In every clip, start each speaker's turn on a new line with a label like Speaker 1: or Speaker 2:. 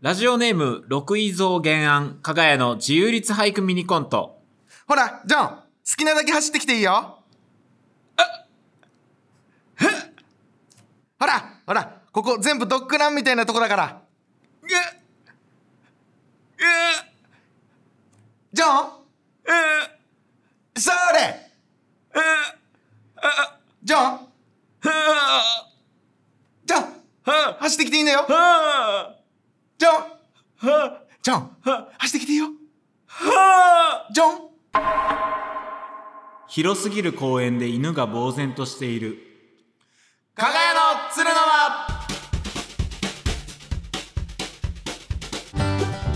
Speaker 1: ラジオネーム、六位蔵原案、加賀屋の自由律俳句ミニコント。
Speaker 2: ほら、ジョン、好きなだけ走ってきていいよ。ほら、ほら、ここ全部ドッグランみたいなとこだから。
Speaker 1: ええ
Speaker 2: ジョン、
Speaker 1: え
Speaker 2: それ
Speaker 1: え
Speaker 2: ジョン、
Speaker 1: は
Speaker 2: ジョン、
Speaker 1: は
Speaker 2: 走ってきていいんだよ。
Speaker 1: は
Speaker 2: ジョン、
Speaker 1: は
Speaker 2: ジョン、走ってきていいよ。
Speaker 1: は
Speaker 2: ジョン。
Speaker 1: 広すぎる公園で犬が呆然としている。
Speaker 2: 加賀屋の鶴の間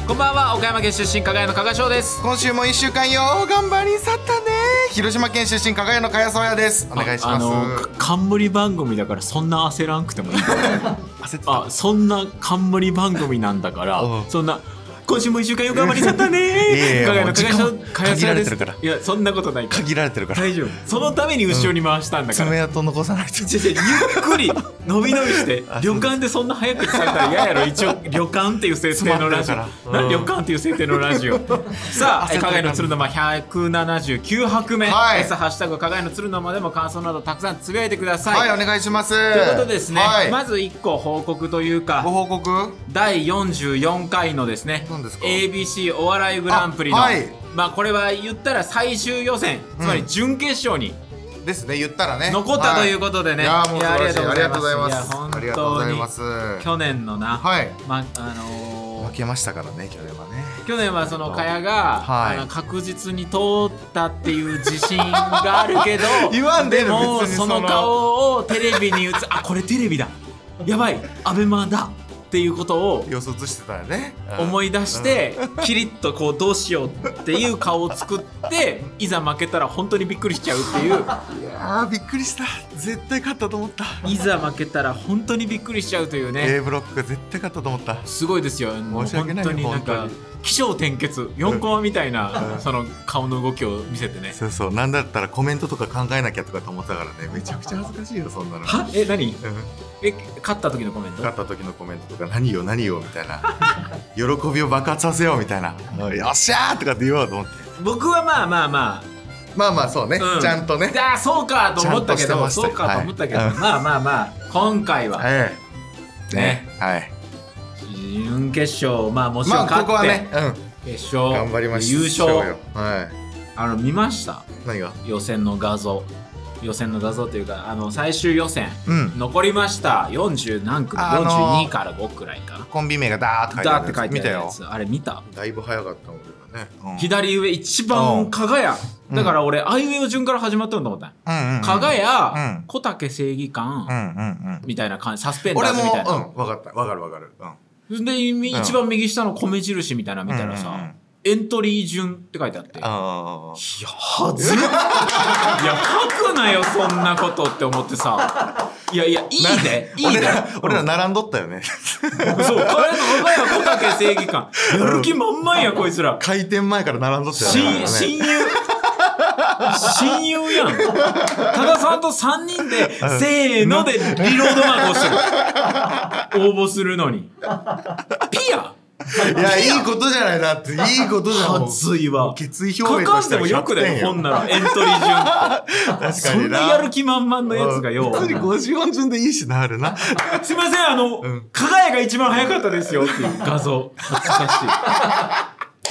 Speaker 1: こんばんは、岡山県出身、加賀屋の加賀翔です。
Speaker 2: 今週も一週間よう頑張り去ったね広島県出身加賀屋の加谷宗也ですお願いします
Speaker 1: か冠番組だからそんな焦らんくてもいい。
Speaker 2: 焦ってた
Speaker 1: あ、そんな冠番組なんだから
Speaker 2: う、ん
Speaker 1: そんな、今週も一週間よく頑張りちゃったね
Speaker 2: えいえ
Speaker 1: ー。加賀屋
Speaker 2: も
Speaker 1: の加
Speaker 2: う時
Speaker 1: 賀
Speaker 2: 間
Speaker 1: 翔、加賀翔
Speaker 2: 限ら
Speaker 1: で
Speaker 2: れてるから
Speaker 1: す。いや、そんなことないから。
Speaker 2: 限られてるから
Speaker 1: 大丈夫そのために後ろに回したんだから、
Speaker 2: 爪痕残さないと
Speaker 1: ちょちょゆっくり伸び伸びして旅館でそんな早口されたら嫌やろ一応旅館っていう設定のラジオ
Speaker 2: 詰まってるから
Speaker 1: な
Speaker 2: うん
Speaker 1: 旅館っていう設定のラジオ さあ
Speaker 2: 焦
Speaker 1: え
Speaker 2: った
Speaker 1: 加賀屋の鶴の間179拍目、
Speaker 2: はい
Speaker 1: さあハッシュタグ加賀屋の鶴の間」でも感想などたくさんつぶやいてください、
Speaker 2: はいお願いしますと
Speaker 1: ということでですね、
Speaker 2: はい
Speaker 1: まず1個報告という
Speaker 2: ご
Speaker 1: か
Speaker 2: 報告
Speaker 1: 第44回のですね
Speaker 2: 何ですか
Speaker 1: ABC お笑いグランプリの、
Speaker 2: あはい
Speaker 1: まあこれは言ったら最終予選つまり準決勝に、
Speaker 2: ですね言ったらね
Speaker 1: 残ったということでね
Speaker 2: はいいやーも
Speaker 1: い
Speaker 2: う
Speaker 1: や
Speaker 2: 素晴らしいありがとうございま
Speaker 1: いや
Speaker 2: す
Speaker 1: 本当に
Speaker 2: ありがとうございますは
Speaker 1: 去年のな、
Speaker 2: い
Speaker 1: まあの
Speaker 2: 負
Speaker 1: ー
Speaker 2: けましたからね去年はね
Speaker 1: 去年はその茅が、
Speaker 2: はい
Speaker 1: あの確実に通ったっていう自信があるけど
Speaker 2: 言わんでええ
Speaker 1: で
Speaker 2: の
Speaker 1: も
Speaker 2: 別に
Speaker 1: そ
Speaker 2: その
Speaker 1: の顔をテレビに映すあこれテレビだやばいアベマだっていうことを
Speaker 2: 予想してたよね
Speaker 1: 思い出して、キリッとこうどうしようっていう顔を作っていざ負けたら本当にびっくりしちゃうっていう
Speaker 2: いやーびっくりした絶対勝ったと思った
Speaker 1: いざ負けたら本当にびっくりしちゃうというね、
Speaker 2: A ブロックが絶対勝ったと思った
Speaker 1: すごいですよ。もう
Speaker 2: 申し訳ない
Speaker 1: 本当になん
Speaker 2: 本
Speaker 1: か
Speaker 2: 当に
Speaker 1: 起承転結、四コマみたいなその顔の動きを見せてね。
Speaker 2: そうそうなんだったらコメントとか考えなきゃとかと思ってたからねめちゃくちゃ恥ずかしいよそんなの
Speaker 1: はえ何
Speaker 2: うん
Speaker 1: え勝った時のコメント。
Speaker 2: 勝った時のコメントとか何よ何よみたいな 喜びを爆発させようみたいなうんよっしゃーとかって言おうと思って
Speaker 1: 僕はまあまあま
Speaker 2: まあまあそうね、
Speaker 1: あ、うん
Speaker 2: ちゃんとね
Speaker 1: あーそうかと思ったけ
Speaker 2: ちゃん
Speaker 1: ど、
Speaker 2: として
Speaker 1: そ
Speaker 2: ました
Speaker 1: うかと思ったけど、
Speaker 2: はい
Speaker 1: まあまあまあ今回は
Speaker 2: ええ
Speaker 1: ね
Speaker 2: ねはい
Speaker 1: 準決勝まあもちろ
Speaker 2: ま
Speaker 1: ん
Speaker 2: あ
Speaker 1: 勝
Speaker 2: ここは
Speaker 1: って、
Speaker 2: ね、
Speaker 1: 決
Speaker 2: う
Speaker 1: 勝
Speaker 2: ん、頑張りまし
Speaker 1: 優
Speaker 2: ょうよ
Speaker 1: 勝
Speaker 2: はい
Speaker 1: あの見ました
Speaker 2: 何が
Speaker 1: 予選の画像予選の画像というかあの最終予選。
Speaker 2: うん
Speaker 1: 残りました40何組
Speaker 2: あのー
Speaker 1: 42から5くらいかな
Speaker 2: コンビ名がダーって書いてあ
Speaker 1: だ
Speaker 2: る
Speaker 1: って
Speaker 2: やつ
Speaker 1: 書いて
Speaker 2: 見た
Speaker 1: あるや
Speaker 2: よ
Speaker 1: つあれ見た
Speaker 2: だいぶ早かったもん俺ね、うん、
Speaker 1: 左上一番加賀屋
Speaker 2: うん
Speaker 1: だから俺あいうえお順から始まったんと思ったん
Speaker 2: うんうんうん
Speaker 1: 加賀
Speaker 2: う
Speaker 1: 屋
Speaker 2: ん
Speaker 1: 小竹正義
Speaker 2: う
Speaker 1: 感
Speaker 2: んうんうん
Speaker 1: みたいな感じサスペンダ
Speaker 2: 俺
Speaker 1: ーズみたい
Speaker 2: も
Speaker 1: な
Speaker 2: うん分かった分かる分かるうん
Speaker 1: でみ
Speaker 2: うん
Speaker 1: 一番右下の米印みたいなの見たら
Speaker 2: うんうんう
Speaker 1: さ
Speaker 2: ん
Speaker 1: エントリー順って書いてあっていや
Speaker 2: あー
Speaker 1: はず いや書くなよそんなことって思ってさいやいやいいでいい
Speaker 2: 俺
Speaker 1: で
Speaker 2: ら俺ら並んどったよね
Speaker 1: そう彼の加賀屋小竹正義感やる気満々やこいつら
Speaker 2: 開店前から並んどったよね俺ら
Speaker 1: 親
Speaker 2: ね
Speaker 1: 親友親友やん多田さんと3人で「せーの」でリロードマークをしてる応募するのにピア
Speaker 2: いや、いいことじゃないなって、いいことじゃん。もう
Speaker 1: はずいわ
Speaker 2: 決意
Speaker 1: 書
Speaker 2: 表明と
Speaker 1: かん
Speaker 2: し
Speaker 1: で
Speaker 2: て
Speaker 1: もよくだよほん
Speaker 2: な。
Speaker 1: ならエントリー
Speaker 2: 確かに
Speaker 1: 順
Speaker 2: な。
Speaker 1: そんなやる気満々のやつがよ
Speaker 2: 普通に50音順でいいしな、あ るな。
Speaker 1: すいませんあの
Speaker 2: ん
Speaker 1: 加賀谷が一番早かったですよっていう画像恥ずかしい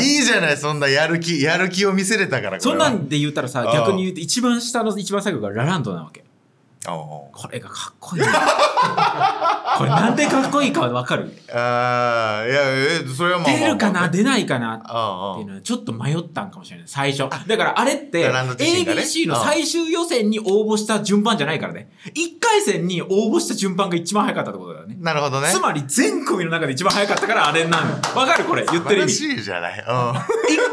Speaker 2: いいじゃない、そんなやる気、やる気を見せれたから。
Speaker 1: そん
Speaker 2: これ
Speaker 1: な
Speaker 2: は
Speaker 1: んで言ったらさ
Speaker 2: あ
Speaker 1: 逆に言うと一番下の一番最後がラランドなわけ
Speaker 2: おうおう
Speaker 1: これがかっこいいこれなんでかっこいいかわかる
Speaker 2: あー、いや、え、それはまあまあ。
Speaker 1: 出るかな
Speaker 2: で。
Speaker 1: 出ないかなって
Speaker 2: あ
Speaker 1: いうのはちょっと迷ったんかもしれない最初だからあれって
Speaker 2: ラランド自身がね
Speaker 1: ABC の最終予選に応募した順番じゃないからね1回戦に応募した順番が一番早かったってことだよね
Speaker 2: なるほどね。
Speaker 1: つまり全組の中で一番早かったからあれになるわかるこれ言ってる意味
Speaker 2: 素晴らしいじゃない。う
Speaker 1: 1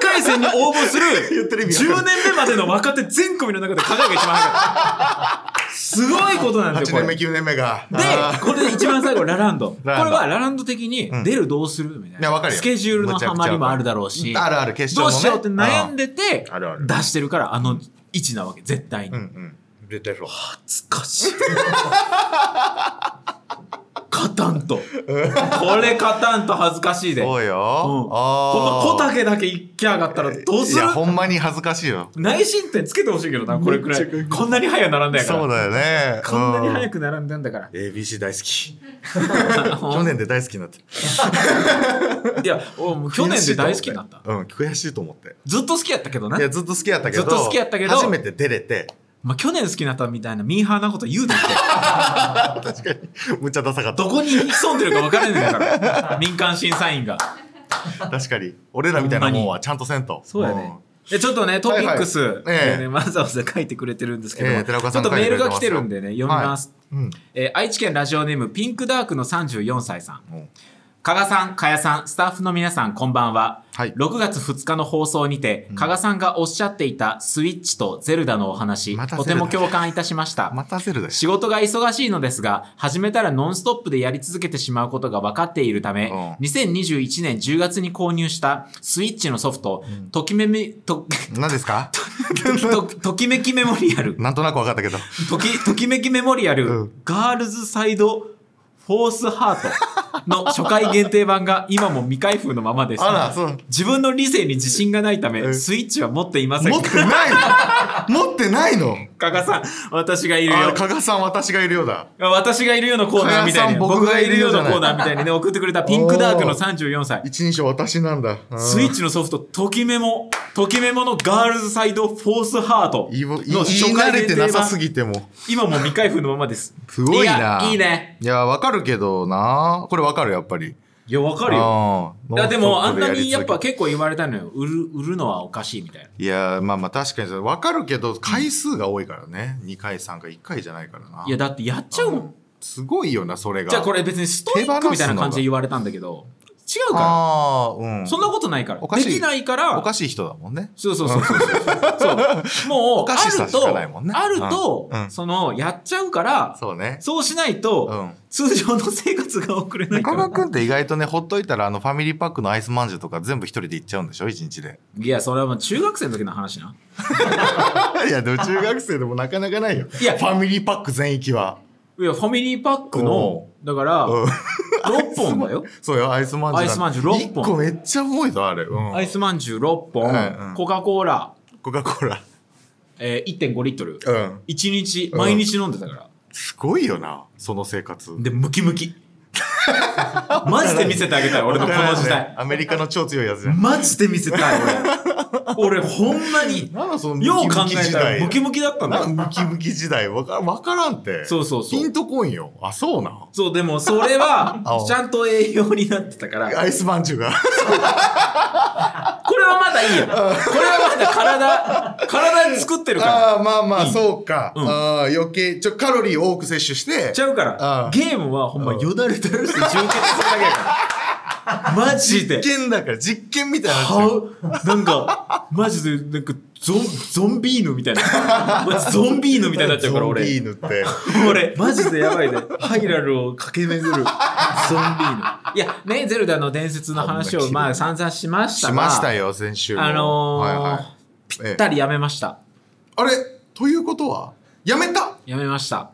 Speaker 1: 回戦に応募す
Speaker 2: 言っ
Speaker 1: る
Speaker 2: てる意味わ
Speaker 1: 10
Speaker 2: かる
Speaker 1: 年目までの若手全組の中で加賀が一番早かったすごいことなん
Speaker 2: ん。
Speaker 1: です
Speaker 2: 8
Speaker 1: よこ
Speaker 2: 年
Speaker 1: れ
Speaker 2: 目、9年目が。
Speaker 1: で
Speaker 2: あ、
Speaker 1: これで一番最後、ラランド。これ
Speaker 2: ラランド
Speaker 1: はラランド的に
Speaker 2: ん
Speaker 1: 出るどうするみたい
Speaker 2: いやわか
Speaker 1: な。
Speaker 2: るよ
Speaker 1: スケジュールのハマりもあるだろうし、
Speaker 2: むちゃくちゃわかるあるある決勝
Speaker 1: ど
Speaker 2: も
Speaker 1: うし
Speaker 2: ね
Speaker 1: ようって悩んでて
Speaker 2: うんあるあ、る
Speaker 1: 出してるからあの位置なわけ、絶対
Speaker 2: ーう
Speaker 1: に。
Speaker 2: んうん。絶対そう。
Speaker 1: 懐かしい。勝たんと。これ勝たんと恥ずかしいで。
Speaker 2: そうよ。
Speaker 1: うん
Speaker 2: あ
Speaker 1: ほんま
Speaker 2: ー
Speaker 1: 小竹だけ行きゃ上がったらどうす
Speaker 2: い
Speaker 1: る
Speaker 2: や、ほんまに恥ずかしいよ。
Speaker 1: 内申点つけてほしいけどなこれくら
Speaker 2: めっちゃ
Speaker 1: いこんなに早く並んだんやから
Speaker 2: そうだよね。
Speaker 1: こんなに早く
Speaker 2: く。
Speaker 1: 並んだんだか
Speaker 2: ABC 大好 き。
Speaker 1: ら
Speaker 2: 去年で大好きになって。
Speaker 1: いや俺もう去年で大好きになった
Speaker 2: うん、悔しいと思って。
Speaker 1: ずっと好きやったけどない
Speaker 2: や、ずっと好きやったけど、
Speaker 1: ずっと好きやったけど
Speaker 2: 初めて出れて、
Speaker 1: まあ去年好きになったみたいなミーハーなこと言うなって
Speaker 2: 確かに、むっちゃダサかった
Speaker 1: ど。こに潜んでるか分からないんだか ら民間審査員が
Speaker 2: 確かに、俺らみたいなもんはちゃんとせんと。
Speaker 1: そうやねでちょっとねトピックス、
Speaker 2: はいはいええ
Speaker 1: えーねわざわざ書いてくれてるんですけど、
Speaker 2: ええ寺岡
Speaker 1: ち
Speaker 2: さ
Speaker 1: ょ
Speaker 2: ん
Speaker 1: っ
Speaker 2: 書
Speaker 1: と
Speaker 2: いて
Speaker 1: メ
Speaker 2: く
Speaker 1: ール
Speaker 2: れてます
Speaker 1: が来てるんでね読みます、
Speaker 2: うん。うん。
Speaker 1: えー愛知県ラジオネームピンクダークの34歳さん
Speaker 2: うん
Speaker 1: 加賀さん、加谷さん、スタッフの皆さん、こんばんは。
Speaker 2: はい
Speaker 1: 6月2日の放送にて、加賀さんがおっしゃっていたスイッチとゼルダのお話、
Speaker 2: また
Speaker 1: とても共感いたしました。
Speaker 2: 待たせるだし。
Speaker 1: 仕事が忙しいのですが、始めたらノンストップでやり続けてしまうことが分かっているため、
Speaker 2: う
Speaker 1: 2021年10月に購入したスイッチのソフト、ときめみ、と、
Speaker 2: 何ですか
Speaker 1: とときめきメモリアル、
Speaker 2: なんとなく分かったけど。
Speaker 1: とき、ときめきメモリアル、
Speaker 2: うん
Speaker 1: ガールズサイドフォースハートの初回限定版が今も未開封のままです。
Speaker 2: あら、そう。
Speaker 1: 自分の理性に自信がないため、
Speaker 2: うん
Speaker 1: スイッチは持っていません
Speaker 2: 持ってないの持ってないの
Speaker 1: 加賀さん、私がいる
Speaker 2: あ、
Speaker 1: よ。
Speaker 2: 加賀さん私がいるようだ。
Speaker 1: 私がいるよのコーナーみたいに、
Speaker 2: 加賀さん
Speaker 1: 僕がいるよ
Speaker 2: 僕がい
Speaker 1: の
Speaker 2: るよじゃない
Speaker 1: コーナーみたいにね、送ってくれたピンクダークの34歳。
Speaker 2: 一人称私なんだ。うん
Speaker 1: スイッチのソフト、ときメモ、ときメモのガールズサイドフォースハート
Speaker 2: 言いぼ言い
Speaker 1: の初
Speaker 2: 慣
Speaker 1: 回
Speaker 2: れ
Speaker 1: 限
Speaker 2: て
Speaker 1: 定
Speaker 2: な
Speaker 1: 版
Speaker 2: さすぎても。
Speaker 1: 今も未開封のままです。
Speaker 2: すごいな。
Speaker 1: やいいね。
Speaker 2: いや、わかるけどな。これわかる、やっぱり。
Speaker 1: いや、わかるよ。
Speaker 2: あ
Speaker 1: い
Speaker 2: ー
Speaker 1: やでもあ
Speaker 2: ノン
Speaker 1: ん
Speaker 2: ス
Speaker 1: な
Speaker 2: トップで
Speaker 1: にやっぱ
Speaker 2: り続け
Speaker 1: 結構言われたのよ売る売るのはおかしいみたいない
Speaker 2: や、まあまあ確かに、わかるけど、回数が多いからね。2回、3回、1回じゃないからな。
Speaker 1: いやだってやっちゃうもん
Speaker 2: すごいよな、それが。
Speaker 1: じゃあこれ別にストイックみたいな感じで言われたんだけど違うか
Speaker 2: ああ、うん。
Speaker 1: らそんなことないから
Speaker 2: おかしい
Speaker 1: できないから
Speaker 2: おかしい人だもんね。
Speaker 1: そうそうそうそうそう そうもう
Speaker 2: おか
Speaker 1: あ
Speaker 2: しさ
Speaker 1: る
Speaker 2: しか
Speaker 1: と
Speaker 2: ないもんね
Speaker 1: あると、
Speaker 2: うんうん
Speaker 1: そのやっちゃうから
Speaker 2: そうね。
Speaker 1: そうしないと、
Speaker 2: うん
Speaker 1: 通常の生活が送れないか
Speaker 2: 中
Speaker 1: ら
Speaker 2: 川くんって意外とね、ほっといたら、あの、ファミリーパックのアイスまんじゅうとか全部一人で行っちゃうんでしょ一日で。
Speaker 1: いやそれはもう中学生の時の話ない
Speaker 2: や、でも中学生でもなかなかないよ。
Speaker 1: いや
Speaker 2: ファミリーパック全域は。
Speaker 1: いやファミリーパックのだから
Speaker 2: うん。
Speaker 1: 6本 だよ
Speaker 2: そうよ、アイスまんじゅう。
Speaker 1: アイスまんじゅう六本
Speaker 2: 1個めっちゃ重いぞ、あれ。うん。
Speaker 1: アイスまんじゅう6本、
Speaker 2: うんうん
Speaker 1: コカ・コーラ、
Speaker 2: コカ・コーラ。
Speaker 1: えー、1.5リットル、
Speaker 2: うん。
Speaker 1: 一日
Speaker 2: うん
Speaker 1: 毎日飲んでたから、
Speaker 2: すごいよな、その生活。
Speaker 1: でムキム キマジで見せてあげたい俺のこの時代
Speaker 2: アメリカの超強いやつじゃ ん。
Speaker 1: マジで見せたい 俺俺ほんまに
Speaker 2: なんだそのムキ
Speaker 1: よう考
Speaker 2: ムキ
Speaker 1: え
Speaker 2: 時
Speaker 1: たら
Speaker 2: 代。
Speaker 1: ムキムキだったんだ
Speaker 2: なん
Speaker 1: よ
Speaker 2: ムキムキ時代わかわからんって。
Speaker 1: そうそうそう
Speaker 2: ピンとこんよ。あ、そうなん。
Speaker 1: そうでもそれは
Speaker 2: 青
Speaker 1: ちゃんと栄養になってたから
Speaker 2: アイスまんじゅうが。
Speaker 1: これはまだいいやこれはまだ体体作ってるから
Speaker 2: ああ、まあまあ、
Speaker 1: いい
Speaker 2: そうか。
Speaker 1: うん
Speaker 2: ああ、余計、ちょ、カロリー多く摂取して
Speaker 1: ち、ゃうから
Speaker 2: あー
Speaker 1: ゲームはほんまよだれ垂らして充血するだけや からマジで
Speaker 2: 実験だから、実験みたいなや
Speaker 1: はなんか、マジで、なんか、ゾン、ゾンビーヌみたいな。 マジゾンビーヌみ
Speaker 2: つ
Speaker 1: たいになっちゃうから、
Speaker 2: ゾンビ
Speaker 1: 俺。
Speaker 2: ーヌって。
Speaker 1: 俺、 マジでやばいね。ハイラルを駆 け巡る、ゾンビーヌ。いや、ね、ゼルダの伝説の話
Speaker 2: ほんま
Speaker 1: を、
Speaker 2: に
Speaker 1: まあ、散々しました
Speaker 2: し
Speaker 1: が。
Speaker 2: ましたよ、先週も。
Speaker 1: あのー
Speaker 2: はいはい
Speaker 1: ぴったりやめました。
Speaker 2: あれということはやめた
Speaker 1: やめました。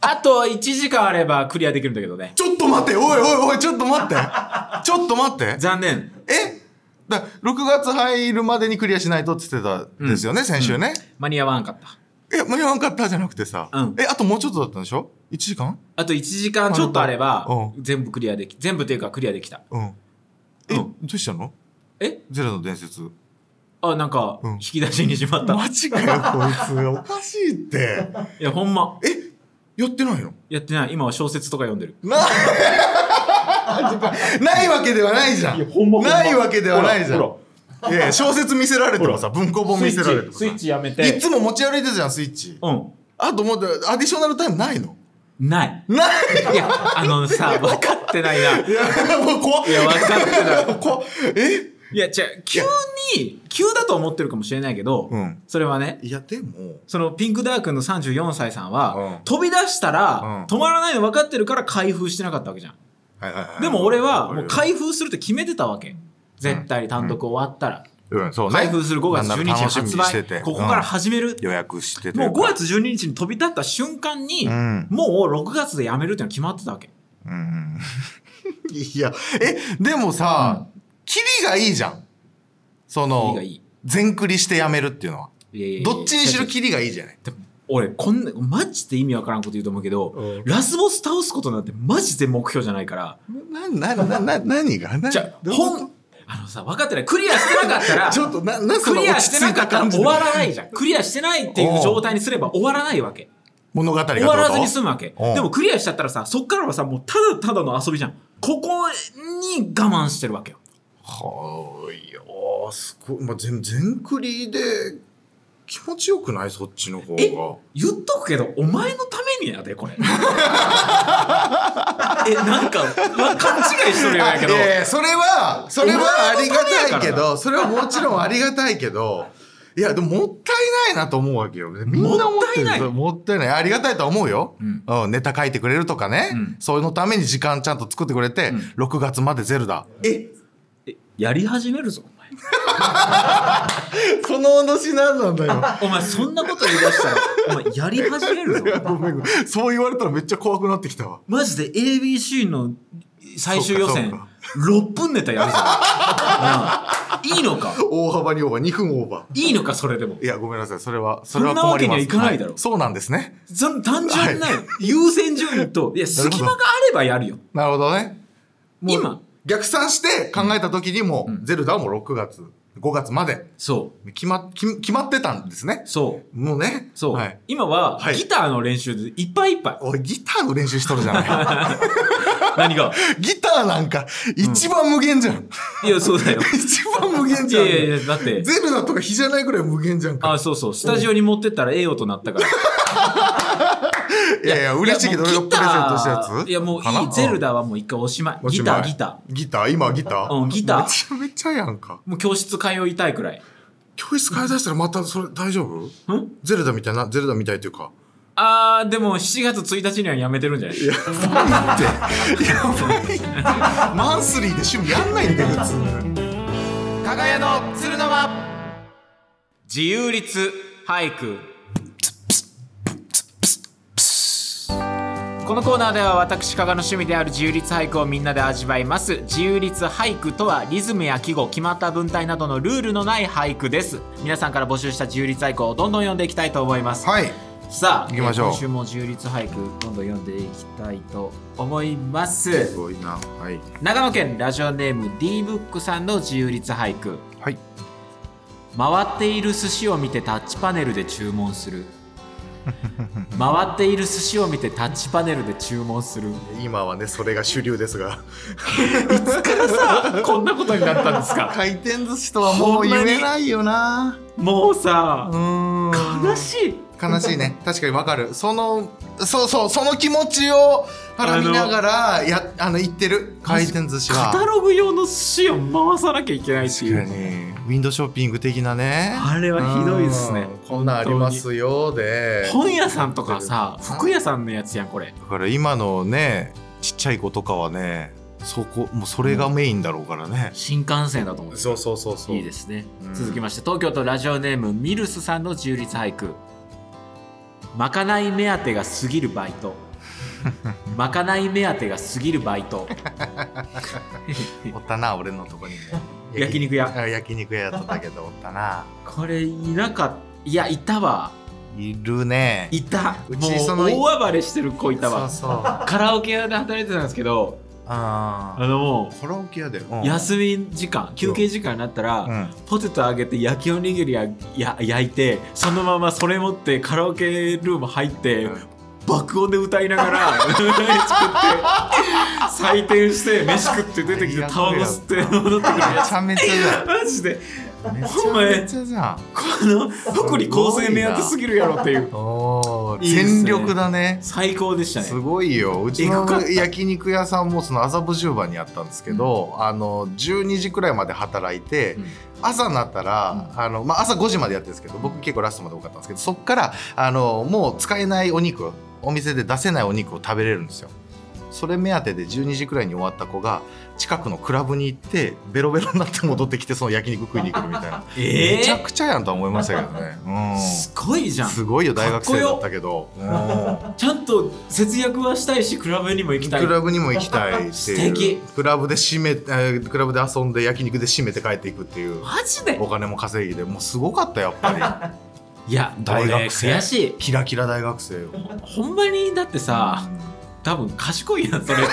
Speaker 1: あと1時間あればクリアできるんだけどね。
Speaker 2: ちょっと待っておいおいおいちょっと待ってちょっと待って
Speaker 1: 残念。
Speaker 2: えだ6月入るまでにクリアしないとって言ってたんですよね、先週ね。
Speaker 1: 間に合わんかった。
Speaker 2: え、間に合わんかったじゃなくてさ。
Speaker 1: うん
Speaker 2: え、あともうちょっとだったんでしょ ?1 時間
Speaker 1: あと1時間ちょっとあれば
Speaker 2: う、
Speaker 1: 全部クリアでき、全部というかクリアできた。
Speaker 2: うん。え、
Speaker 1: う
Speaker 2: ど
Speaker 1: ん
Speaker 2: うしたの
Speaker 1: え
Speaker 2: ゼロの伝説。
Speaker 1: あ、なんか
Speaker 2: うん、
Speaker 1: 引き出しにしまった。
Speaker 2: マジかよ、こいつ。おかしいって。
Speaker 1: いや、ほんま。
Speaker 2: え、やってないの
Speaker 1: やってない今は小説とか読んでる
Speaker 2: なないわけではないじゃん。
Speaker 1: ほんまほんま
Speaker 2: ないわけではないじゃん。
Speaker 1: ほ
Speaker 2: いやいや小説見せられてもさ、文庫本見せられてもさ。
Speaker 1: スイッチやめ
Speaker 2: い
Speaker 1: て
Speaker 2: つも持ち歩いてたじゃん、スイッチ。
Speaker 1: うん
Speaker 2: あともう、アディショナルタイムないの
Speaker 1: ない
Speaker 2: ない
Speaker 1: いやあのさ分かってないない
Speaker 2: いや、もう怖っ
Speaker 1: いや分かってない
Speaker 2: 怖っえ
Speaker 1: いや違う急に急だと思ってるかもしれないけど、
Speaker 2: うん
Speaker 1: それはね
Speaker 2: いや、でも、
Speaker 1: そのピンクダークの34歳さんは、
Speaker 2: うん
Speaker 1: 飛び出した
Speaker 2: うん
Speaker 1: ら、止まらないの分かってるから開封してなかったわけじゃん
Speaker 2: はいはいはい
Speaker 1: でも俺はもう
Speaker 2: か
Speaker 1: 開
Speaker 2: い
Speaker 1: 封すると決めてたわけ絶対に単独終わったら、
Speaker 2: うん、そうね。
Speaker 1: 開封する5月12日
Speaker 2: なんなら楽しみに
Speaker 1: 発
Speaker 2: し
Speaker 1: 売
Speaker 2: てて
Speaker 1: ここから
Speaker 2: うん
Speaker 1: 始める、
Speaker 2: 予約してて。
Speaker 1: もう5月12日に飛び立った瞬間に、
Speaker 2: うん
Speaker 1: もう6月で辞めるっていうのは決まってたわけ。
Speaker 2: うんうんいやえでもさ、キリがいいじゃんそ
Speaker 1: キリ
Speaker 2: の
Speaker 1: がいい
Speaker 2: 全クリしてやめるっていうのはどっちにしろ
Speaker 1: き
Speaker 2: キリがいいじゃない
Speaker 1: 俺こんなマジで意味わからんこと言うと思うけど、
Speaker 2: うん
Speaker 1: ラスボス倒すことなんてマジで目標じゃないから、
Speaker 2: なななな何が何
Speaker 1: じゃあ
Speaker 2: どういうこと
Speaker 1: 本あのさ分かってないクリアしてなかったら
Speaker 2: ちょっとななそ
Speaker 1: ク
Speaker 2: の
Speaker 1: リア
Speaker 2: 落
Speaker 1: し
Speaker 2: ち
Speaker 1: て
Speaker 2: 着
Speaker 1: ないか
Speaker 2: た
Speaker 1: ったら
Speaker 2: 感じ
Speaker 1: 終
Speaker 2: で
Speaker 1: わらないじゃんクリアしてないっていう状態にすれば終わらないわけ
Speaker 2: 物語がって
Speaker 1: 終
Speaker 2: こと
Speaker 1: わらずに済むわけ
Speaker 2: うん
Speaker 1: でもクリアしちゃったらさそっからはさもうただただの遊びじゃんここに我慢してるわけよ
Speaker 2: はいやーすごい、まあ、全全クリで気持ちよくないそっちの方
Speaker 1: え
Speaker 2: が
Speaker 1: 言っとくけどお前のためにやでこ れえなんかわ勘違いしとるようやけど
Speaker 2: いやいやそれはそれはありがたい
Speaker 1: お
Speaker 2: け
Speaker 1: 前のためやから
Speaker 2: どそれはもちろんありがたいけどいやでももったいないなと思うわけよみんな思っ
Speaker 1: もった
Speaker 2: てる
Speaker 1: いない
Speaker 2: もったいないありがたいとは思うよ、
Speaker 1: うん
Speaker 2: うん、ネタ書いてくれるとかね、
Speaker 1: うん
Speaker 2: そういうのために時間ちゃんと作ってくれて、
Speaker 1: う
Speaker 2: 6月までゼルダえ
Speaker 1: えやり始めるぞお前
Speaker 2: その脅しなんなんだよ
Speaker 1: お前そんなこと言い出 したらお前やり始めるぞ
Speaker 2: ごめんごめん そう言われたらめっちゃ怖くなってきたわ
Speaker 1: マジで ABC の最終予
Speaker 2: そう
Speaker 1: 選
Speaker 2: か
Speaker 1: 6分ネタやるぞなあいいのか
Speaker 2: 大幅にオーバー2分オーバー
Speaker 1: いいのかそれでも
Speaker 2: いや、ごめんなさい。それは、それは
Speaker 1: そんなわ
Speaker 2: 困
Speaker 1: け
Speaker 2: り
Speaker 1: に
Speaker 2: ま
Speaker 1: は
Speaker 2: す。
Speaker 1: いかないだろ
Speaker 2: はそうなんですね。
Speaker 1: その単純な優先順位といや
Speaker 2: なるほど
Speaker 1: 隙間があればやるよ
Speaker 2: なるほどね。もう
Speaker 1: 今
Speaker 2: 逆算して考えた時にも、ゼルダはもう6月、5月まで
Speaker 1: そ
Speaker 2: 決ま、決決まってたんですね
Speaker 1: う。そう
Speaker 2: もうね。
Speaker 1: そう、
Speaker 2: はい。
Speaker 1: 今は、
Speaker 2: はい
Speaker 1: ギターの練習でいっぱいいっぱい
Speaker 2: おい、ギターの練習しとるじ ゃない。
Speaker 1: 何が
Speaker 2: ギターなんか、一番無限じゃん。
Speaker 1: いやそう だよ
Speaker 2: 一番無限
Speaker 1: い
Speaker 2: じゃ
Speaker 1: や
Speaker 2: ん。
Speaker 1: いやいやだって
Speaker 2: ゼルダとか比じゃないぐらい無限じゃんか。
Speaker 1: あそうそうスタジオに持ってったらええ音なったから
Speaker 2: いやいや、嬉しいけど、俺がプレゼントしたやつ
Speaker 1: いやもう
Speaker 2: かない
Speaker 1: いゼルダはもう一回おしまい
Speaker 2: おし
Speaker 1: ギ
Speaker 2: ま
Speaker 1: タ
Speaker 2: い
Speaker 1: ーギタ
Speaker 2: ギター今ギター
Speaker 1: うんギター
Speaker 2: めちゃめちゃやんか。
Speaker 1: ーもう教室通いたいくらい
Speaker 2: 教室変え出したらまたそれ大丈夫
Speaker 1: ん
Speaker 2: ゼルダみたいな、ゼルダみたいというか。
Speaker 1: あーでも7月1日にはやめてるんじゃない
Speaker 2: やばいって。やばいって。マンスリーで趣味やんないんだよ、普通。かがやの鶴の間。
Speaker 1: 自由律俳句このコーナーでは私加賀の趣味である自由律俳句をみんなで味わいます自由律俳句とはリズムや記号決まった文体などのルールのない俳句です皆さんから募集した自由律俳句をどんどん読んでいきたいと思います、
Speaker 2: はい。
Speaker 1: さあ
Speaker 2: 行きましょう
Speaker 1: 今週も自由律俳句どんどん読んでいきたいと思います
Speaker 2: すごいな。はい。
Speaker 1: 長野県ラジオネーム D ブックさんの自由律俳句
Speaker 2: はい。
Speaker 1: 回っている寿司を見てタッチパネルで注文す る回っている寿司を見てタッチパネルで注文するい
Speaker 2: 今はね、それが主流ですが。
Speaker 1: つからさこんなことになったんです か
Speaker 2: 回転寿司とはもう言えないよな。
Speaker 1: もう
Speaker 2: う
Speaker 1: さ
Speaker 2: ーん。
Speaker 1: 悲しい
Speaker 2: 悲しいね確かにわかるそのそうそうその気持ちをはらみながらやあの言ってる回転寿司は
Speaker 1: カタログ用の寿司を回さなきゃいけないって
Speaker 2: 確
Speaker 1: い
Speaker 2: か
Speaker 1: う
Speaker 2: にウィンドウショッピング的なね
Speaker 1: あれはひどいですね
Speaker 2: うんこんなんありますよで
Speaker 1: 本屋さんとかさ服屋さんのやつやんこれ
Speaker 2: だから今のねちっちゃい子とかはねそこもうそれがメインだろうからね、
Speaker 1: 新幹線だと思うんです
Speaker 2: そうそうそうそう
Speaker 1: いいですね、
Speaker 2: うん
Speaker 1: 続きまして東京都ラジオネームミルスさんの自由律俳句まかない目当てが過ぎるバイ トまかない目当てが過ぎるバイト
Speaker 2: おったな俺のとこにも
Speaker 1: 焼肉屋
Speaker 2: あ 焼肉屋やっとったけどおったな
Speaker 1: これいなかっいやいたわ
Speaker 2: いるね
Speaker 1: いた
Speaker 2: う
Speaker 1: も
Speaker 2: ちその
Speaker 1: う大暴れしてる子いたわ
Speaker 2: そうそう
Speaker 1: カラオケ屋で働いてたんですけど
Speaker 2: あ
Speaker 1: あのも
Speaker 2: カラオケ屋だよ、
Speaker 1: う休み時間休憩時間になったら、
Speaker 2: うん
Speaker 1: ポテトあげて焼きおにぎりやや焼いてそのままそれ持ってカラオケルーム入って、
Speaker 2: うん
Speaker 1: 爆音で歌いなが ら 作って採点して飯食って出てきてタバコ吸って戻ってく る
Speaker 2: めちゃめちゃじゃん
Speaker 1: マジで
Speaker 2: めちゃめちゃじゃん
Speaker 1: この福利厚生目当てすぎるやろっていう
Speaker 2: おー
Speaker 1: いいですね
Speaker 2: 全力だね
Speaker 1: 最高でした
Speaker 2: す
Speaker 1: ね
Speaker 2: ごいようち
Speaker 1: えぐかっ
Speaker 2: の
Speaker 1: た
Speaker 2: 焼肉屋さんもその麻布十番にあったんですけど、あの12時くらいまで働いて、
Speaker 1: うん
Speaker 2: 朝になったら、あのまあ、朝5時までやってるんですけど僕結構ラストまで多かったんですけどそっからあのもう使えないお肉お店で出せないお肉を食べれるんですよそれ目当てで12時くらいに終わった子が近くのクラブに行ってベロベロになって戻ってきてその焼肉食いに来るみたいな、
Speaker 1: え
Speaker 2: めちゃ
Speaker 1: ー
Speaker 2: くちゃやんとは思いましたけどね、う
Speaker 1: すごいじゃ
Speaker 2: ん、
Speaker 1: ん
Speaker 2: すごいよ大学生だったけどうん
Speaker 1: ちゃんと節約はしたいしクラブにも行きたい
Speaker 2: クラブにも行きたいっていう
Speaker 1: 素敵
Speaker 2: クラブで締めえークラブで遊んで焼肉で締めて帰っていくっていう
Speaker 1: マジで
Speaker 2: お金も稼ぎでもうすごかったやっぱ
Speaker 1: いや
Speaker 2: 大学
Speaker 1: 俺
Speaker 2: 生
Speaker 1: 悔しい
Speaker 2: り キラキラ大学生よ
Speaker 1: ほんまにだってさ多分賢いや んそれって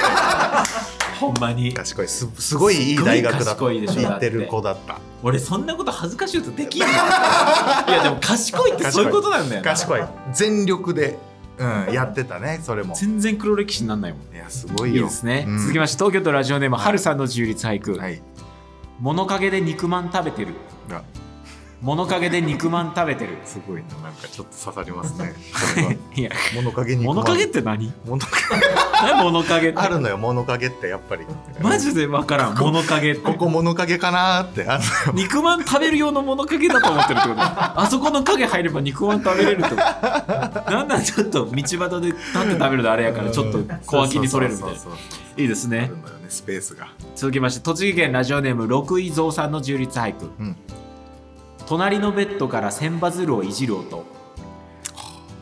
Speaker 1: ほんまに
Speaker 2: 賢いすすごいいい大学だ
Speaker 1: すごい賢いでしょ
Speaker 2: 行ってる子だった
Speaker 1: 俺そんなこと恥ずかしいとできんのいやでも賢いってそういうことなんだよな
Speaker 2: 賢い全力で、うん、やってたねそれも
Speaker 1: 全然黒歴史になんないもん
Speaker 2: いやすごい
Speaker 1: いい
Speaker 2: よ
Speaker 1: ですね、
Speaker 2: うん
Speaker 1: 続きまして東京都ラジオネーム、
Speaker 2: はい
Speaker 1: はるさんの自由律俳句、
Speaker 2: はい
Speaker 1: 物陰で肉まん食べてる
Speaker 2: あ
Speaker 1: 物陰で肉まん食べてる
Speaker 2: すごいななんかちょっと刺さりますねそれはい
Speaker 1: や
Speaker 2: 物陰に
Speaker 1: 物陰って何
Speaker 2: 物陰
Speaker 1: 何物陰って
Speaker 2: あるのよ物陰ってやっぱり
Speaker 1: マジで分からん物陰って
Speaker 2: ここ物陰かなーってあの
Speaker 1: 肉まん食べる用の物陰だと思ってるってことあそこの陰入れば肉まん食べれるってことなんなんちょっと道端で立って食べるのあれやからちょっと小脇にそれるみたいな
Speaker 2: そうそうそう
Speaker 1: いいです
Speaker 2: そうあ
Speaker 1: ね
Speaker 2: るんだよねスペースが
Speaker 1: 続きまして栃木県ラジオネーム六井蔵さんの充実俳句、
Speaker 2: うん
Speaker 1: 隣のベッドから千羽鶴をいじる音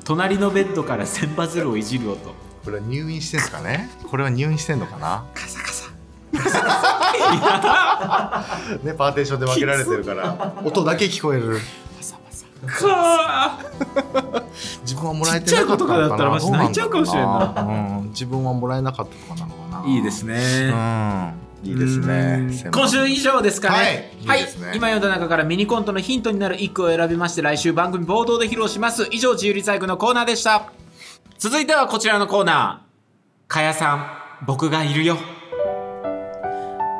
Speaker 1: 隣のベッドから千羽鶴をいじる音
Speaker 2: これは入院してんすかねこれは入院してんのかな
Speaker 1: カサカサ
Speaker 2: ねパーテーションで分けられてるから音だけ聞こえる
Speaker 1: パサパサかー
Speaker 2: 自分はもらえてなかった
Speaker 1: ちっちゃい子と
Speaker 2: のか
Speaker 1: かだ
Speaker 2: な
Speaker 1: ったらマジ泣いちゃうかもしれんな
Speaker 2: どうなんだろうな、うん、自分はもらえなかったとかなのかない
Speaker 1: い
Speaker 2: い
Speaker 1: ですね、
Speaker 2: うんいいですね
Speaker 1: うん今週以上ですかね。
Speaker 2: はいいいですね
Speaker 1: 今読んだ中からミニコントのヒントになる一句を選びまして、来週番組冒頭で披露します。以上、自由リサイクルのコーナーでした。続いてはこちらのコーナー。かやさん、僕がいるよ。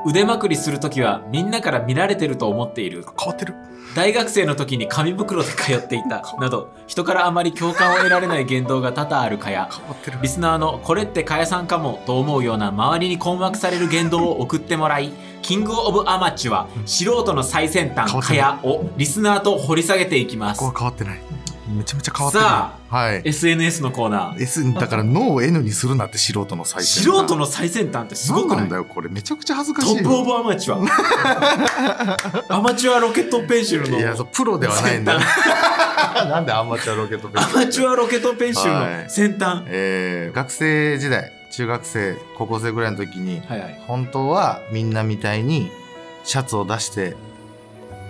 Speaker 1: 腕まくりするときはみんなから見られてると思っている。
Speaker 2: 変わってる
Speaker 1: 大学生の時に紙袋で通ってい た。など、人からあまり共感を得られない言動が多々あるかや。
Speaker 2: 変わってる
Speaker 1: リスナーのこれってかやさんかもと思うような周りに困惑される言動を送ってもらいキングオブアマチュア素人の最先端かやをリスナーと掘り下げていきます
Speaker 2: ここは変わってないめちゃめちゃ変わってる
Speaker 1: さ
Speaker 2: はい
Speaker 1: SNS のコーナー
Speaker 2: S だから脳を N にするなって素人の最先
Speaker 1: 素人
Speaker 2: の
Speaker 1: の最先端ってすごくな
Speaker 2: ないんだよこれめちゃくちゃ恥ずか
Speaker 1: ト
Speaker 2: しい
Speaker 1: ップオブアマチュ アアマチュアロケットペンシルの
Speaker 2: いやそうプロではないんだよ なんでアマチュアロケットペン
Speaker 1: アマチ
Speaker 2: ュア
Speaker 1: ュアロケットペンシルの先端
Speaker 2: えー、学生時代中学生高校生ぐらいの時に
Speaker 1: はいはい
Speaker 2: 本当はみんなみたいにシャツを出して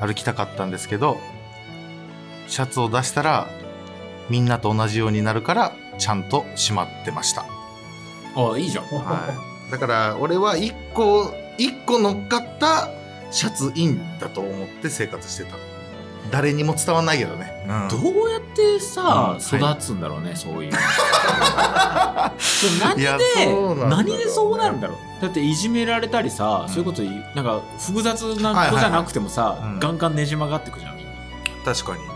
Speaker 2: 歩きたかったんですけどシャツを出したらみんなと同じようになるからちゃんとしまってました、
Speaker 1: あいいじゃん
Speaker 2: はい、だから俺は一個一個乗っかったシャツインだと思って生活してた誰にも伝わんないけどね、うん
Speaker 1: どうやってさ、
Speaker 2: うんはい
Speaker 1: 育つんだろうね、そう いうのそれ何
Speaker 2: いや
Speaker 1: で、
Speaker 2: そうなんだろうね
Speaker 1: 何でそうなるんだろうだっていじめられたりさ、
Speaker 2: うん
Speaker 1: そういうこといなんか複雑な子じゃなくてもさ、
Speaker 2: いはいうん
Speaker 1: ガンガンねじ曲がってくじゃんみんな
Speaker 2: 確かにい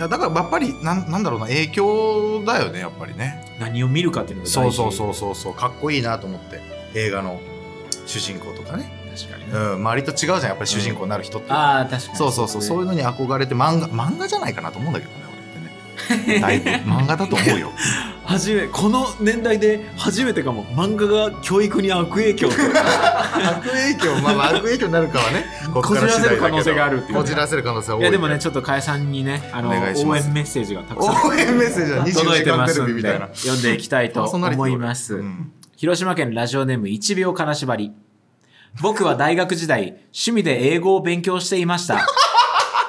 Speaker 2: やだからやっぱりなんなんだろうな影響だよねやっぱりね
Speaker 1: 何を見るかっていうのが
Speaker 2: そ
Speaker 1: 大
Speaker 2: う
Speaker 1: 事
Speaker 2: そうそうそうそうかっこいいなと思って映画の主人公とかね、
Speaker 1: 確かに
Speaker 2: う
Speaker 1: ね、
Speaker 2: ん、周りと違うじゃんやっぱり主人公になる人って、
Speaker 1: ああ確かに
Speaker 2: そうそうそうそういうのに憧れて漫画漫画じゃないかなと思うんだけどね 俺ってねだいぶ漫画だと思うよ
Speaker 1: 初めこの年代で初めてかも漫画が教育に悪影 響を
Speaker 2: 悪影響まあまあ悪影響になるかはねこっから
Speaker 1: こじらせる
Speaker 2: 次第だけど
Speaker 1: 可能性があるっていうね
Speaker 2: こじらせる可能性は多
Speaker 1: い
Speaker 2: い
Speaker 1: やでもねちょっと加谷さんにねあの
Speaker 2: お
Speaker 1: 応
Speaker 2: 願いします
Speaker 1: 援メッセージがたくさん
Speaker 2: 応援メッセージは
Speaker 1: 届
Speaker 2: 24
Speaker 1: い
Speaker 2: 時
Speaker 1: て
Speaker 2: 間
Speaker 1: ま
Speaker 2: テ
Speaker 1: す
Speaker 2: レビ
Speaker 1: ん
Speaker 2: み
Speaker 1: で
Speaker 2: たいな
Speaker 1: 読んでいきたいと
Speaker 2: パ ーソナリティ
Speaker 1: 思います、
Speaker 2: うん
Speaker 1: 広島県ラジオネーム1秒金縛り僕は大学時代趣味で英語を勉強していま した
Speaker 2: あ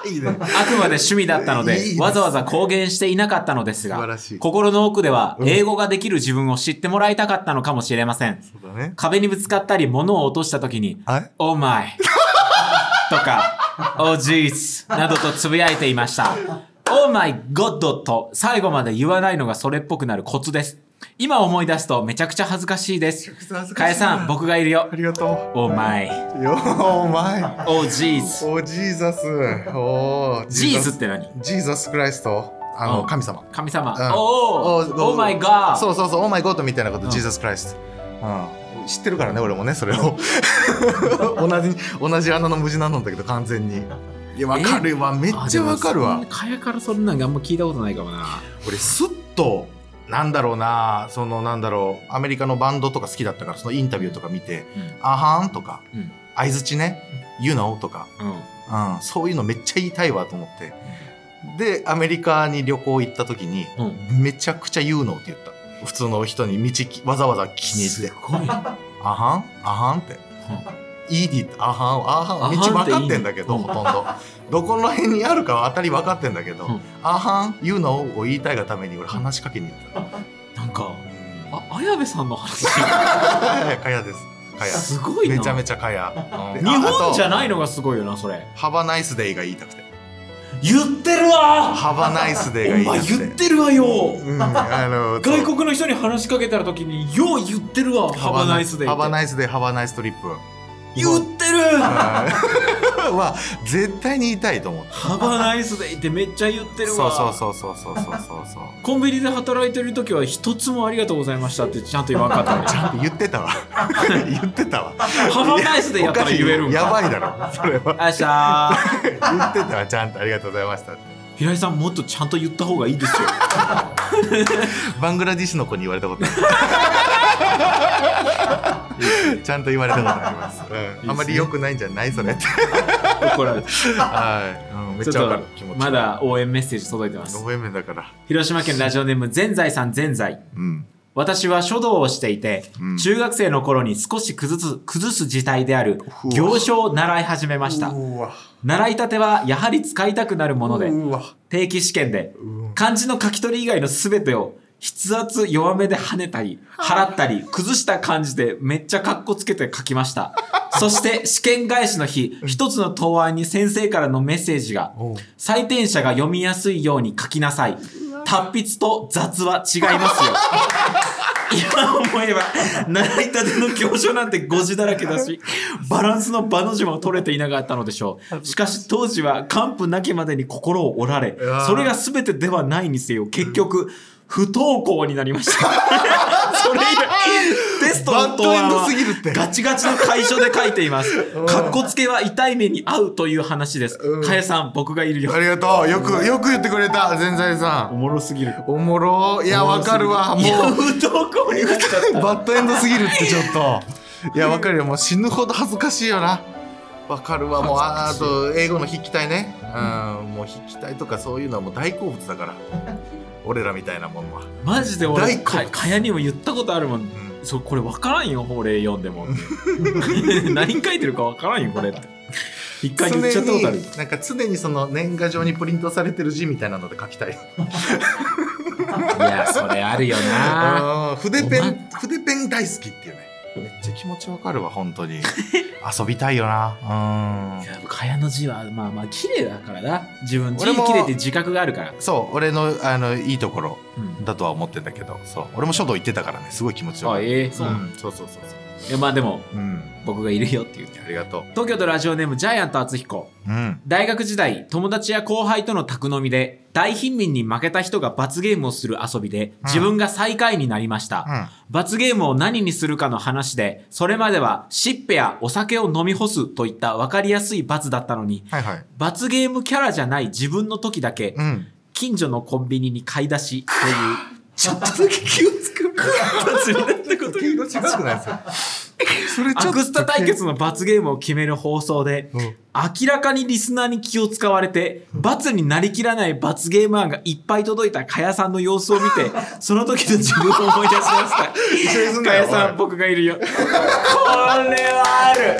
Speaker 2: いいね
Speaker 1: あくまで趣味だったので
Speaker 2: いいですね
Speaker 1: わざわざ公言していなかったのです
Speaker 2: 素晴
Speaker 1: が
Speaker 2: らしい
Speaker 1: 心の奥では
Speaker 2: うん
Speaker 1: 英語ができる自分を知ってもらいたかったのかもしれません
Speaker 2: そうだね
Speaker 1: 壁にぶつかったり物を落とした時に
Speaker 2: はい
Speaker 1: 「オーマイ」とか「オージーズ」などとつぶやいていました「オーマイゴッド」と最後まで言わないのがそれっぽくなるコツです今思い出すとめちゃくちゃ恥ずかしいです
Speaker 2: くちゃ恥ずか
Speaker 1: か
Speaker 2: し
Speaker 1: え
Speaker 2: い
Speaker 1: さん僕がいるよ
Speaker 2: ありがと
Speaker 1: オーマイ
Speaker 2: うよお前
Speaker 1: オージーズ
Speaker 2: おジーザスお
Speaker 1: ジーズって何
Speaker 2: ジーザスクライスト
Speaker 1: う
Speaker 2: あの
Speaker 1: ん
Speaker 2: 神様
Speaker 1: 神様、
Speaker 2: うん
Speaker 1: おーオーマイガー
Speaker 2: そうそうそうオーマイゴッドみたいなこと、
Speaker 1: うん
Speaker 2: ジーザスクライスト、うん、知ってるからね俺もねそれを同じ同じ穴の無地なんだけど完全にいやわかるわめっちゃわかる
Speaker 1: あで
Speaker 2: わ
Speaker 1: もそんなかやからそんなんあんま聞いたことないかもな
Speaker 2: 俺スッとなんだろうなそのなんだろうアメリカのバンドとか好きだったからそのインタビューとか見て「あはん」とか
Speaker 1: うん
Speaker 2: 「相づちね」「You know」とか、
Speaker 1: うんうん
Speaker 2: うん、そういうのめっちゃ言いたいわと思ってでアメリカに旅行行った時に
Speaker 1: うん
Speaker 2: めちゃくちゃ「You know」って言った普通の人に道きわざわざ気に入って
Speaker 1: ごいな
Speaker 2: 「あはんあはん」って「いいに」「あはんあはん」道分かってんだけど
Speaker 1: うん
Speaker 2: ほとんどどこの辺にあるかは当たり分かってんだけど
Speaker 1: うん
Speaker 2: 「あはん You know」を言いたいがために俺話しかけに行った。
Speaker 1: なんか
Speaker 2: うん
Speaker 1: あ綾部さんの話
Speaker 2: かやです。かや。
Speaker 1: すごいな
Speaker 2: めちゃめちゃかや。
Speaker 1: 日本じゃない
Speaker 2: の。
Speaker 1: のがすごいよなそれ
Speaker 2: ハバナイスデイが言いたくて。
Speaker 1: 言ってるわ
Speaker 2: ハバナイスデイが
Speaker 1: お前
Speaker 2: 言いたくて。
Speaker 1: 言ってるわよ
Speaker 2: うん、あの
Speaker 1: 外国の人に話しかけた時によう言ってるわハバナイスデイ
Speaker 2: ハバ
Speaker 1: イ
Speaker 2: ナイスデイ、ハバナイストリップ。
Speaker 1: 言ってる
Speaker 2: はい は絶対に言いたいと思って。
Speaker 1: ハバナイスデイってめっちゃ言ってる
Speaker 2: そう
Speaker 1: わ
Speaker 2: そうそうそうそうそうそうそう。
Speaker 1: コンビニで働いてる時は一つもありがとうございましたってちゃんと言わんかった のに
Speaker 2: ちゃんと言っ てたわ。言ってたわ。
Speaker 1: ハバナイスデイやったら言えるんか
Speaker 2: やばいだろ。それは。
Speaker 1: あしゃー
Speaker 2: 言ってたわ。ちゃんとありがとうございましたって。
Speaker 1: 平井さんもっとちゃんと言った方がいい ですよ
Speaker 2: バングラディッシュの子に言われたことあ るちゃんと言われたことあります、
Speaker 1: す
Speaker 2: うん、
Speaker 1: ね
Speaker 2: あんまり良くないんじゃないそ れって
Speaker 1: 怒られて
Speaker 2: はい、うん、めっちゃわかる気持ち
Speaker 1: まだ応援メッセージ届いてます
Speaker 2: 応援面だから
Speaker 1: 広島県ラジオネームぜんざいさんぜんざい
Speaker 2: うん
Speaker 1: 私は書道をしていて、
Speaker 2: うん
Speaker 1: 中学生の頃に少し崩す崩す事態である
Speaker 2: うわ
Speaker 1: 行書を習い始めました
Speaker 2: うわ
Speaker 1: 習いたてはやはり使いたくなるもので
Speaker 2: うわ
Speaker 1: 定期試験で
Speaker 2: うん
Speaker 1: 漢字の書き取り以外の全てを筆圧弱めで跳ねたり払ったり崩した感じでめっちゃカッコつけて書きましたそして試験返しの日一つの答案に先生からのメッセージが
Speaker 2: おう
Speaker 1: 採点者が読みやすいように書きなさい。達筆と雑は違います よ。今思えば、習いたての教書なんて誤字だらけだし、バランスの場の字も取れていなかったのでしょう。しかし当時は完膚なきまでに心を折られ
Speaker 2: わー、
Speaker 1: それが全てではないにせよ、結局、不登校になりま した。それ以来、テスト
Speaker 2: バッ
Speaker 1: の
Speaker 2: ド
Speaker 1: 答
Speaker 2: エン
Speaker 1: 案
Speaker 2: ド
Speaker 1: は
Speaker 2: すぎるって
Speaker 1: ガチガチの楷書で書いてい ます
Speaker 2: ん。
Speaker 1: かっこつけは痛い目に遭うという話です
Speaker 2: うん。
Speaker 1: かえさん、僕がいるよ
Speaker 2: あ。りがとうよくよく言ってくれた全財さ
Speaker 1: お
Speaker 2: ん
Speaker 1: もろすぎる。
Speaker 2: おもろいやわかるわも
Speaker 1: いや
Speaker 2: う
Speaker 1: 不登校になっちゃ った。
Speaker 2: バッドエンドすぎるってちょっといやわかるよもう死ぬほど恥ずかしいよなわかるわもうああ
Speaker 1: 恥ずかしい
Speaker 2: と英語の筆記体ねうんもう筆記体とかそういうのはもう大好物だから俺らみたいなもんは、
Speaker 1: マジで俺、
Speaker 2: 大好物
Speaker 1: かかやにも言ったことあるもん
Speaker 2: う。ん、
Speaker 1: そう、これ分からんよ、法令読んでも。 何書いてるか分からんよ、こ れって。一回言っちゃったことある。
Speaker 2: 常になんか常にその年賀状にプリントされてる字みたいなので書きたい
Speaker 1: いや、それあるよ な。
Speaker 2: うん筆ペ
Speaker 1: お
Speaker 2: ン筆ペン大好きっていうねめっちゃ気持ちわかるわ本当 に遊びたいよなうん
Speaker 1: いやかやの字は、まあまあ、綺麗だからな。自分、字
Speaker 2: 俺も
Speaker 1: 綺麗って自覚があるから。
Speaker 2: そう俺のあのいいところ
Speaker 1: うん
Speaker 2: だとは思ってんだけどそう俺も書道行ってたからねすごい気持ちよか
Speaker 1: あ、
Speaker 2: った
Speaker 1: ええ、そうう。
Speaker 2: んそうそうそうそ
Speaker 1: いや、まあでも、
Speaker 2: ううん
Speaker 1: 僕がいるよっていう。
Speaker 2: ありがとう
Speaker 1: 東京都ラジオネームジャイアント厚彦
Speaker 2: うん
Speaker 1: 大学時代友達や後輩との宅飲みで大貧民に負けた人が罰ゲームをする遊びで自分が最下位になりました、
Speaker 2: うん
Speaker 1: 罰ゲームを何にするかの話でそれまではしっぺやお酒を飲み干すといった分かりやすい罰だったのに
Speaker 2: はいはい
Speaker 1: 罰ゲームキャラじゃない自分の時だけ
Speaker 2: うん
Speaker 1: 近所のコンビニに買い出しという
Speaker 2: ちょっとだけ気をつく
Speaker 1: 罰になったことに
Speaker 2: 気をつくないですかそれ
Speaker 1: アクスタ対決の罰ゲームを決める放送で、
Speaker 2: うん
Speaker 1: 明らかにリスナーに気を使われて、罰になりきらない罰ゲーム案がいっぱい届いたかやさんの様子を見 て、その時の自分を思い出しまし
Speaker 2: 緒にす
Speaker 1: た。
Speaker 2: ん
Speaker 1: か
Speaker 2: なよ
Speaker 1: やさ
Speaker 2: おい
Speaker 1: ん、僕がいるよ。これはある。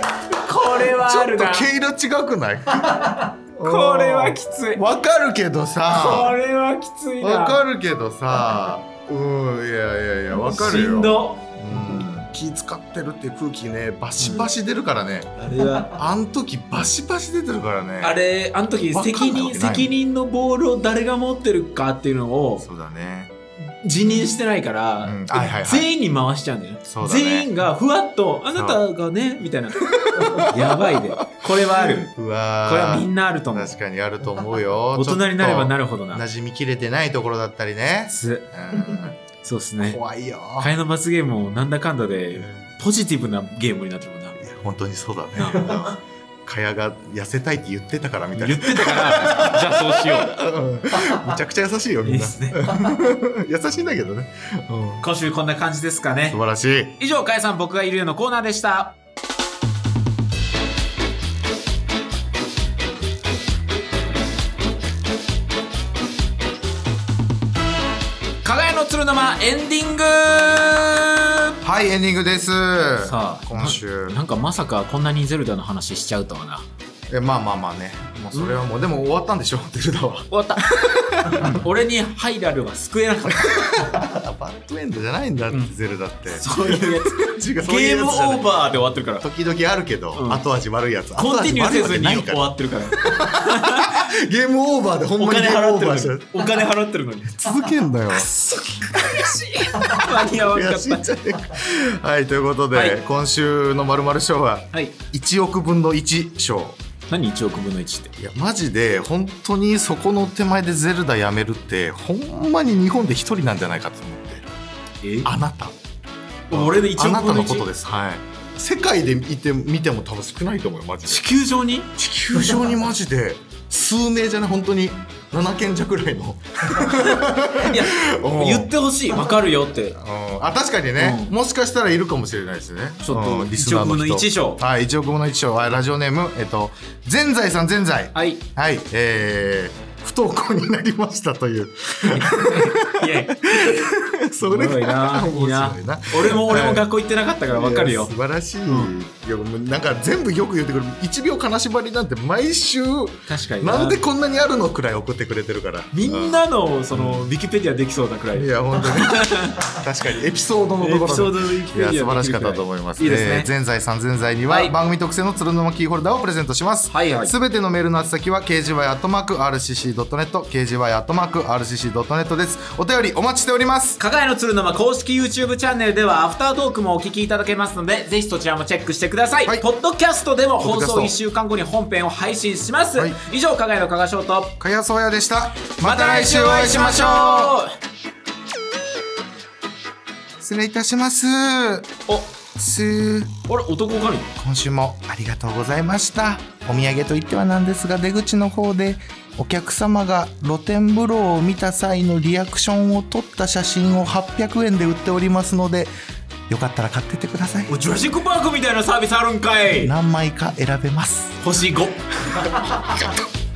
Speaker 1: これはある
Speaker 2: ちょっ
Speaker 1: な
Speaker 2: と。毛色違 くない
Speaker 1: これはきつい。こ
Speaker 2: わかるけどさ
Speaker 1: れはきついな。
Speaker 2: わかるけどさうんいやいやいやわかる
Speaker 1: し
Speaker 2: よ
Speaker 1: んど。
Speaker 2: うん気使ってるっていう空気ねバシバシ出るからね、
Speaker 1: あれは。
Speaker 2: あん時バシバシ出てるからね
Speaker 1: あれ、あの時、
Speaker 2: わかんない
Speaker 1: 責
Speaker 2: わけない
Speaker 1: 任、責任のボールを誰が持ってるかっていうのを、
Speaker 2: そうだね
Speaker 1: 辞任してないから、
Speaker 2: うんはいはいはい
Speaker 1: 全員に回しちゃうんだよね
Speaker 2: そうだね
Speaker 1: 全員がふわっと「あなたがね」みたいなやばいでこれはある
Speaker 2: う
Speaker 1: こ
Speaker 2: わー
Speaker 1: れはみんなあると思う
Speaker 2: 確かにあると思うよ
Speaker 1: 大人になればな
Speaker 2: る
Speaker 1: るほどな
Speaker 2: 馴染みきれてないところだったりね、
Speaker 1: す
Speaker 2: う
Speaker 1: そうっす
Speaker 2: ん、
Speaker 1: ね
Speaker 2: 怖いよ
Speaker 1: 替えの罰ゲームもなんだかんだ
Speaker 2: うん
Speaker 1: でポジティブなゲームになってるもんない
Speaker 2: や本当にそうだね
Speaker 1: な
Speaker 2: うん蚊帳が痩せたいって言ってたからみたい
Speaker 1: 言
Speaker 2: な
Speaker 1: っ。てたから、じゃあそうしよう。
Speaker 2: うんめちゃくちゃ優しい よみんな。
Speaker 1: ね。
Speaker 2: 優しいんだけどね。うん
Speaker 1: 今週こんな感じですかね
Speaker 2: 素。晴らしい。
Speaker 1: 以上、かえさん僕がいるよのコーナーでした。かがやの鶴の間エンディング
Speaker 2: はい、エンディングです。
Speaker 1: さあ
Speaker 2: 今週
Speaker 1: な。なんかまさかこんなにゼルダの話しちゃうとはな
Speaker 2: え、まあまあまあね。もうそれはもう、でも終わったんでしょ、ゼルダは。
Speaker 1: 終わった 俺にハイラルは救えなかっ
Speaker 2: バッドエンドじゃないんだって、
Speaker 1: うん
Speaker 2: ゼルダって。
Speaker 1: たそういうやつ
Speaker 2: 違うそうい
Speaker 1: ゲ
Speaker 2: う
Speaker 1: ーム
Speaker 2: や
Speaker 1: オ
Speaker 2: つじゃない
Speaker 1: ーバーで終わってるから
Speaker 2: 時々あるけど、
Speaker 1: うん
Speaker 2: 後味悪いやつ
Speaker 1: コンティニューせずに
Speaker 2: 後味悪いわ
Speaker 1: 終
Speaker 2: けないか
Speaker 1: わってるから
Speaker 2: らゲームオーバーでほん
Speaker 1: お
Speaker 2: まに
Speaker 1: 金
Speaker 2: ゲーム
Speaker 1: 払
Speaker 2: オ
Speaker 1: ってる
Speaker 2: ー
Speaker 1: の
Speaker 2: バ
Speaker 1: に
Speaker 2: ーしてる
Speaker 1: お金払ってるのに
Speaker 2: 続けんだよ
Speaker 1: 間に合わなか
Speaker 2: 悔
Speaker 1: っ
Speaker 2: しいんじゃねえかはいということで、
Speaker 1: はい
Speaker 2: 今週の「まる賞」は
Speaker 1: たはい
Speaker 2: 1億分の1賞
Speaker 1: 何1億分の1って
Speaker 2: いやマジで本当にそこの手前でゼルダやめるってほんまに日本で一人なんじゃないかと思って
Speaker 1: え
Speaker 2: あなた
Speaker 1: 俺で1億
Speaker 2: あ
Speaker 1: 分の
Speaker 2: なたの
Speaker 1: 1?
Speaker 2: ことですはい世界でいて見ても多分少ないと思うよマジで
Speaker 1: 地球上に
Speaker 2: 地球上にマジで数名じゃない本当に7件弱ぐらいの
Speaker 1: いや
Speaker 2: うん
Speaker 1: 言ってほしい分かるよって
Speaker 2: うんあ確かにね、
Speaker 1: うん
Speaker 2: もしかしたらいるかもしれないですね
Speaker 1: ちょっと
Speaker 2: うんリスナーの人
Speaker 1: 1億分の1章
Speaker 2: はい1億分の1章はいラジオネームえっと全財さん全財
Speaker 1: はいい
Speaker 2: はいえー不登校になりましたという
Speaker 1: やいや
Speaker 2: そ
Speaker 1: お
Speaker 2: れ
Speaker 1: もろいな
Speaker 2: が面白いな
Speaker 1: な俺も俺も学校行ってなかったから分かる
Speaker 2: いや
Speaker 1: よ
Speaker 2: 素晴らしい、
Speaker 1: ん
Speaker 2: いやもうなんか全部よく言ってくる1秒金縛りなんて毎週
Speaker 1: 確かに
Speaker 2: なんでこんなにあるのくらい送ってくれてるから
Speaker 1: みんなのそのウィキペディアできそうなくらい
Speaker 2: い
Speaker 1: エ
Speaker 2: や本当に 確かにエピソードのところ
Speaker 1: ピ
Speaker 2: で
Speaker 1: ソードのウィキ
Speaker 2: い
Speaker 1: ペディア
Speaker 2: や素晴らしかった
Speaker 1: でき
Speaker 2: と
Speaker 1: るく
Speaker 2: 思います。
Speaker 1: いいですね
Speaker 2: えー全財産全財には、
Speaker 1: はい
Speaker 2: 番組特製の鶴沼キーホルダーをプレゼントします。
Speaker 1: はいはい
Speaker 2: すべてのメールの宛先は kgy@rcc.net、kgy@rcc.net です。お便りお待ちしております。
Speaker 1: かがやの鶴の間公式 YouTube チャンネルではアフタートークもお聞きいただけますのでぜひそちらもチェックしてください、
Speaker 2: はい
Speaker 1: ポッドキャストでも
Speaker 2: ポ
Speaker 1: 放
Speaker 2: ッドキャスト
Speaker 1: 送1週間後に本編を配信します、
Speaker 2: はい
Speaker 1: 以上かがやの加賀翔と
Speaker 2: かやそうやでした。また来週お会いしましょう。失礼いたします。
Speaker 1: う
Speaker 2: すー
Speaker 1: おあれ男かみ
Speaker 2: 今週もありがとうございましたお土産といってはなんですが出口の方でお客様が露天風呂を見た際のリアクションを撮った写真を800円で売っておりますのでよかったら買ってってください
Speaker 1: おジュラシックパークみたいなサービスあるんかい
Speaker 2: 何枚か選べます
Speaker 1: 星5